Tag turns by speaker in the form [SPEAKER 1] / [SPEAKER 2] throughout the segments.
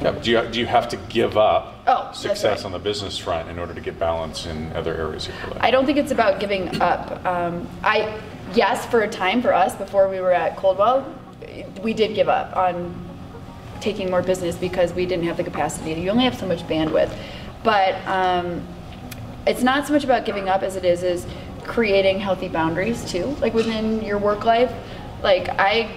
[SPEAKER 1] Yeah, but do you, do you have to give up
[SPEAKER 2] Oh, that's
[SPEAKER 1] success
[SPEAKER 2] right.
[SPEAKER 1] on the business front in order to get balance in other areas of your life?
[SPEAKER 2] I don't think it's about giving up. Um, I yes, for a time for us before we were at Coldwell, we did give up on taking more business because we didn't have the capacity. You only have so much bandwidth, but um, it's not so much about giving up as it is is creating healthy boundaries too, like within your work life. Like I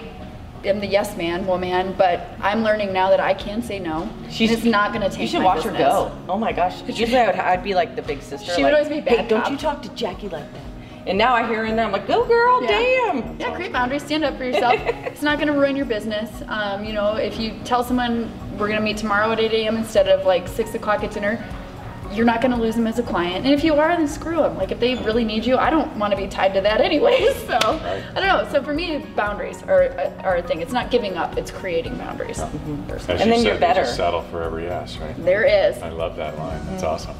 [SPEAKER 2] am the yes man, woman, but I'm learning now that I can say no. and it's not going to take.
[SPEAKER 3] You should
[SPEAKER 2] my
[SPEAKER 3] watch her
[SPEAKER 2] business.
[SPEAKER 3] go. Oh my gosh. Usually I would, I'd be like the big sister.
[SPEAKER 2] She would
[SPEAKER 3] like,
[SPEAKER 2] always be bad
[SPEAKER 3] Hey, don't
[SPEAKER 2] cop."
[SPEAKER 3] you talk to Jackie like that. And now I hear her in there. I'm like, go girl, damn.
[SPEAKER 2] Yeah, create boundaries. Stand up for yourself. it's not going to ruin your business. Um, you know, if you tell someone we're going to meet tomorrow at 8 a.m. instead of like 6 o'clock at dinner, you're not going to lose them as a client. And if you are, then screw them. Like if they really need you, I don't want to be tied to that anyway. So I don't know. So for me, boundaries are, are a thing. It's not giving up. It's creating boundaries.
[SPEAKER 1] As
[SPEAKER 3] And
[SPEAKER 1] you
[SPEAKER 3] then you're
[SPEAKER 1] said, there's a
[SPEAKER 3] better.
[SPEAKER 1] settle for every yes, right?
[SPEAKER 3] Mm-hmm.
[SPEAKER 2] There is.
[SPEAKER 1] I love that line.
[SPEAKER 2] Mm.
[SPEAKER 1] That's awesome.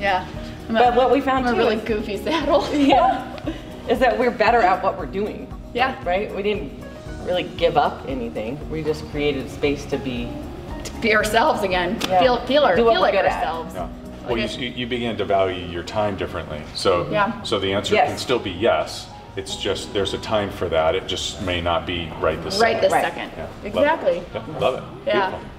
[SPEAKER 2] Yeah. I'm
[SPEAKER 3] But what we found
[SPEAKER 2] I'm a
[SPEAKER 3] too
[SPEAKER 2] really
[SPEAKER 3] is-
[SPEAKER 2] goofy saddle.
[SPEAKER 3] Yeah. Is that we're better at what we're doing.
[SPEAKER 2] Yeah.
[SPEAKER 3] Right? We didn't really give up anything. We just created space to be.
[SPEAKER 2] Be ourselves again.
[SPEAKER 3] Yeah.
[SPEAKER 2] Feel, feel, our,
[SPEAKER 3] Do what
[SPEAKER 2] feel
[SPEAKER 3] we're
[SPEAKER 2] like
[SPEAKER 3] good at.
[SPEAKER 2] ourselves.
[SPEAKER 1] Yeah. Well, you,
[SPEAKER 2] Okay.
[SPEAKER 1] you you begin to value your time differently. So,
[SPEAKER 2] Yeah.
[SPEAKER 1] so the answer
[SPEAKER 3] Yes.
[SPEAKER 1] can still be yes. It's just there's a time for that. It just may not be right this
[SPEAKER 2] Right
[SPEAKER 1] second.
[SPEAKER 2] this
[SPEAKER 3] Right.
[SPEAKER 2] second.
[SPEAKER 1] Yeah. Love it.
[SPEAKER 2] Exactly.
[SPEAKER 1] Yeah, Love it.
[SPEAKER 2] Yeah.
[SPEAKER 1] Beautiful.